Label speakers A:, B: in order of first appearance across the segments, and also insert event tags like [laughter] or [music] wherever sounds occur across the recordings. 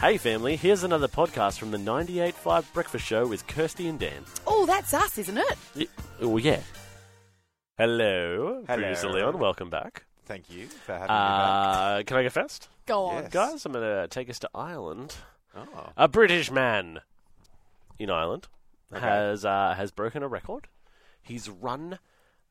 A: Hey, family, here's another podcast from the 98.5 Breakfast Show with Kirsty and Dan.
B: Oh, that's us, isn't it?
A: Y- Oh, yeah. Hello,
C: Hello.
A: producer Leon. Welcome back.
C: Thank you for having
A: Uh, can I go first?
B: Go on.
C: Yes.
A: Guys, I'm going to take us to Ireland.
C: me back. Oh,
A: A British man in Ireland
C: Okay.
A: has uh, has broken a record. He's run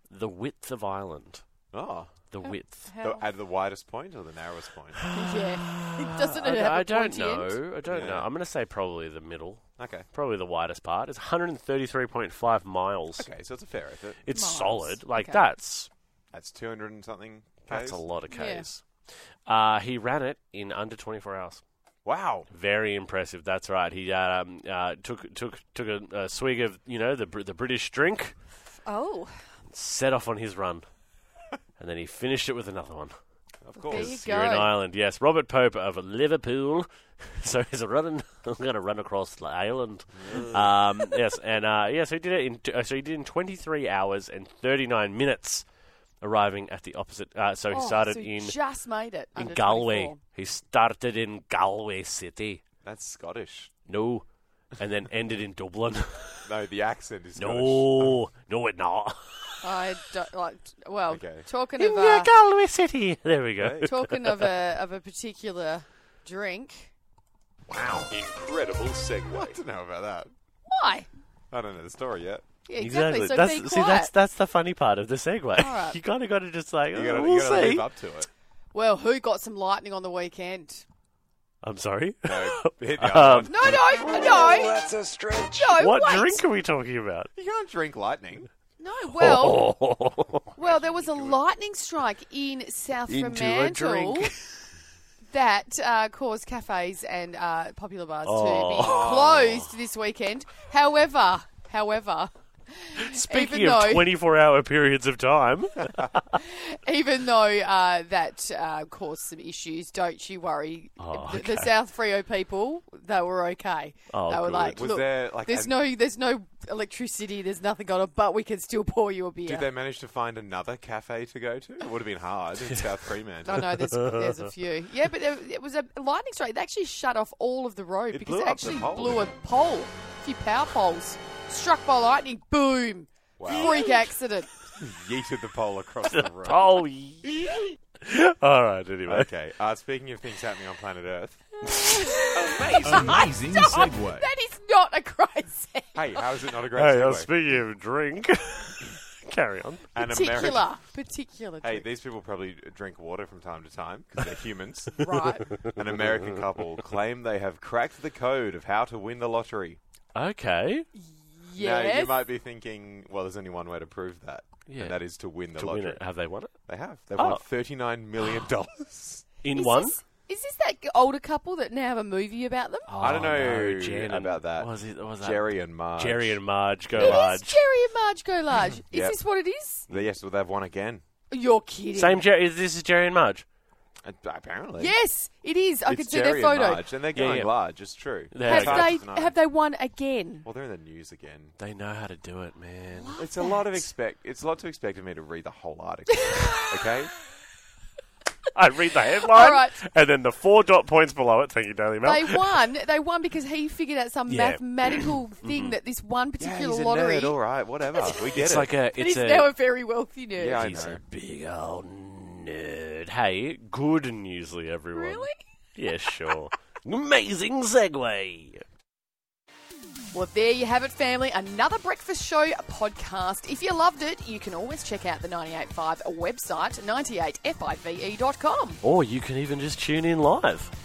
A: the width of Ireland.
C: oh.
A: The width.
C: The, at the widest point or the
A: [sighs]
C: narrowest point?
B: yeah. Doesn't [sighs] it have
A: I, I
B: a
A: don't
B: pointy
A: know.
B: end?
A: I don't know.
C: Yeah.
A: I'm going to say probably the middle.
C: Okay.
A: Probably the widest part. It's 133.5 miles.
C: Okay, so it's a fair effort.
A: It's
B: Miles.
A: solid. Like
B: Okay.
A: that's
C: That's 200 and something.
A: that's
C: k's.
A: a lot of
B: Yeah.
A: k's. Uh, he ran it in under 24 hours.
C: Wow.
A: Very impressive. That's right. He um, uh, took took took a, a swig of you know the Br- the British drink.
B: Oh,
A: set off on his run, and then he finished it with another one.
C: Of
B: there
C: course.
B: you
A: You're in
B: go.
A: Ireland, yes. Robert Pope of Liverpool, [laughs] so he's running. [laughs] I'm going to run across Ireland.
B: [laughs]
A: Um, yes, and uh, yeah, so he did it in. T- uh, so he did it in 23 hours and 39 minutes, arriving at the opposite. Uh, so he
B: Oh,
A: started
B: so
A: in
B: Just made it.
A: in
B: under
A: Galway.
B: 24.
A: He started in Galway City.
C: That's Scottish.
A: No. And then ended in
B: [laughs]
A: Dublin.
C: No, the accent is Scottish.
A: No, no, it not.
B: I don't like. Well,
C: Okay.
B: talking
A: In [laughs]
B: of
A: uh,
B: uh,
A: Galway City. There we go.
C: Hey.
B: talking of a of a particular drink.
D: Incredible
C: I
D: segue.
C: don't know about that.
B: Why?
C: I don't know the story yet.
B: Yeah, exactly. So
A: that's,
B: be quiet.
A: see, that's that's the funny part of the segue.
B: right.
A: [laughs] You kind of got to just like,
C: You
A: oh,
C: gotta,
A: we'll
C: you gotta
A: see.
C: live up to it.
B: Well, who got some lightning on the weekend?
A: I'm sorry.
C: No,
A: [laughs]
C: hit the
A: Um,
C: other one.
B: No, no, no,
D: That's a stretch.
B: no.
A: what
B: wait.
A: drink are we talking about?
C: You can't drink lightning.
B: No, well,
A: Oh.
B: Well, there was a lightning strike in South
D: Into a
B: Fremantle
D: drink.
B: [laughs] that uh, caused cafes and uh, popular bars to be closed this weekend. However, however,
A: Speaking
B: Even
A: of
B: though-
A: 24 hour periods of time,
B: even though uh, that uh, caused some issues, don't you worry.
A: Oh,
B: the, the
A: okay.
B: South Frio people, they were okay.
A: Oh,
B: they were
A: good.
B: like,
C: Was
B: look,
C: there, like,
B: there's
C: an-
B: no, there's no electricity, there's nothing on it, but we can still pour you a beer.
C: Did they manage to find another cafe to go to? It would have been hard
A: [laughs]
C: in South Fremantle.
B: I know there's, there's
C: [laughs]
B: a few. Yeah, but it, it was a lightning strike. They actually shut off all of the road
C: It
B: because
C: blew
B: it
C: up the
B: actually
C: pole,
B: blew a
C: didn't
B: pole, a few power poles, struck by lightning. Boom!
C: Wow.
B: Freak accident.
C: Yeeted the
A: [laughs]
C: pole across the road.
A: oh, yeah. all right. Anyway,
C: Okay. Uh, speaking of things happening on planet Earth,
B: [laughs]
D: Amazing segue.
B: That is not a crisis.
C: hey, how is it not a great
A: hey, uh,
C: segue?
A: speaking of drink, [laughs] carry on.
C: An
B: Particular,
C: American.
B: particular.
C: Hey,
B: drink.
C: these people probably drink water from time to time because they're humans.
B: right.
C: [laughs] An American couple claim they have cracked the code of how to win the lottery.
A: Okay,
C: Now,
B: Yes.
C: you might be thinking, well, there's only one way to prove that,
A: Yeah.
C: and that is to win the
A: to
C: lottery.
A: win it, have they won it
C: They have. They've
A: Oh.
C: won $39 million.
A: [gasps] in
B: Is
A: one?
B: This, is this that older couple that now have a movie about them?
C: I don't
A: Oh,
C: know
A: no, Jan and-
C: about that.
A: Was it? Was that
C: Jerry and Marge.
A: Jerry and Marge go
B: It is
A: large?
B: Jerry and Marge Go Large. Is
C: Yep.
B: this what it is?
C: They- Yes, well, they've won again.
B: You're kidding.
A: Same Jerry. Is this is Jerry and Marge?
C: Uh, Apparently.
B: Yes, it is. I
C: It's
B: can see
C: Jerry
B: their photo.
C: And, Marge, and they're
A: Yeah,
C: going
A: yeah.
C: large, it's true.
A: There
C: It's
A: you go.
C: hard
B: Have
C: to
B: they
C: deny.
B: have they won again?
C: Well, they're in the news again.
A: They know how to do it, man.
C: It's a lot of expect. It's a lot to expect of me to read the whole article. okay,
A: I read the headline,
B: All right.
A: and then the four dot points below it. Thank you, Daily Mail.
B: They won. They won because he figured out some
A: Yeah. Mm-hmm.
B: mathematical thing that this one
C: yeah,
B: particular
C: he's a
B: lottery.
C: nerd. All right, whatever. We get
A: it's
C: it.
A: like a.
B: but
A: It's
B: he's
A: a.
B: now a very wealthy nerd.
C: yeah, I
A: he's
C: know.
A: a big old nerd. Hey, good newsly, everyone.
B: Really?
A: Yeah, sure. Amazing segue.
B: Well, there you have it, family. Another breakfast show podcast. If you loved it, you can always check out the 98.5 website, 98five.com.
A: Or you can even just tune in live.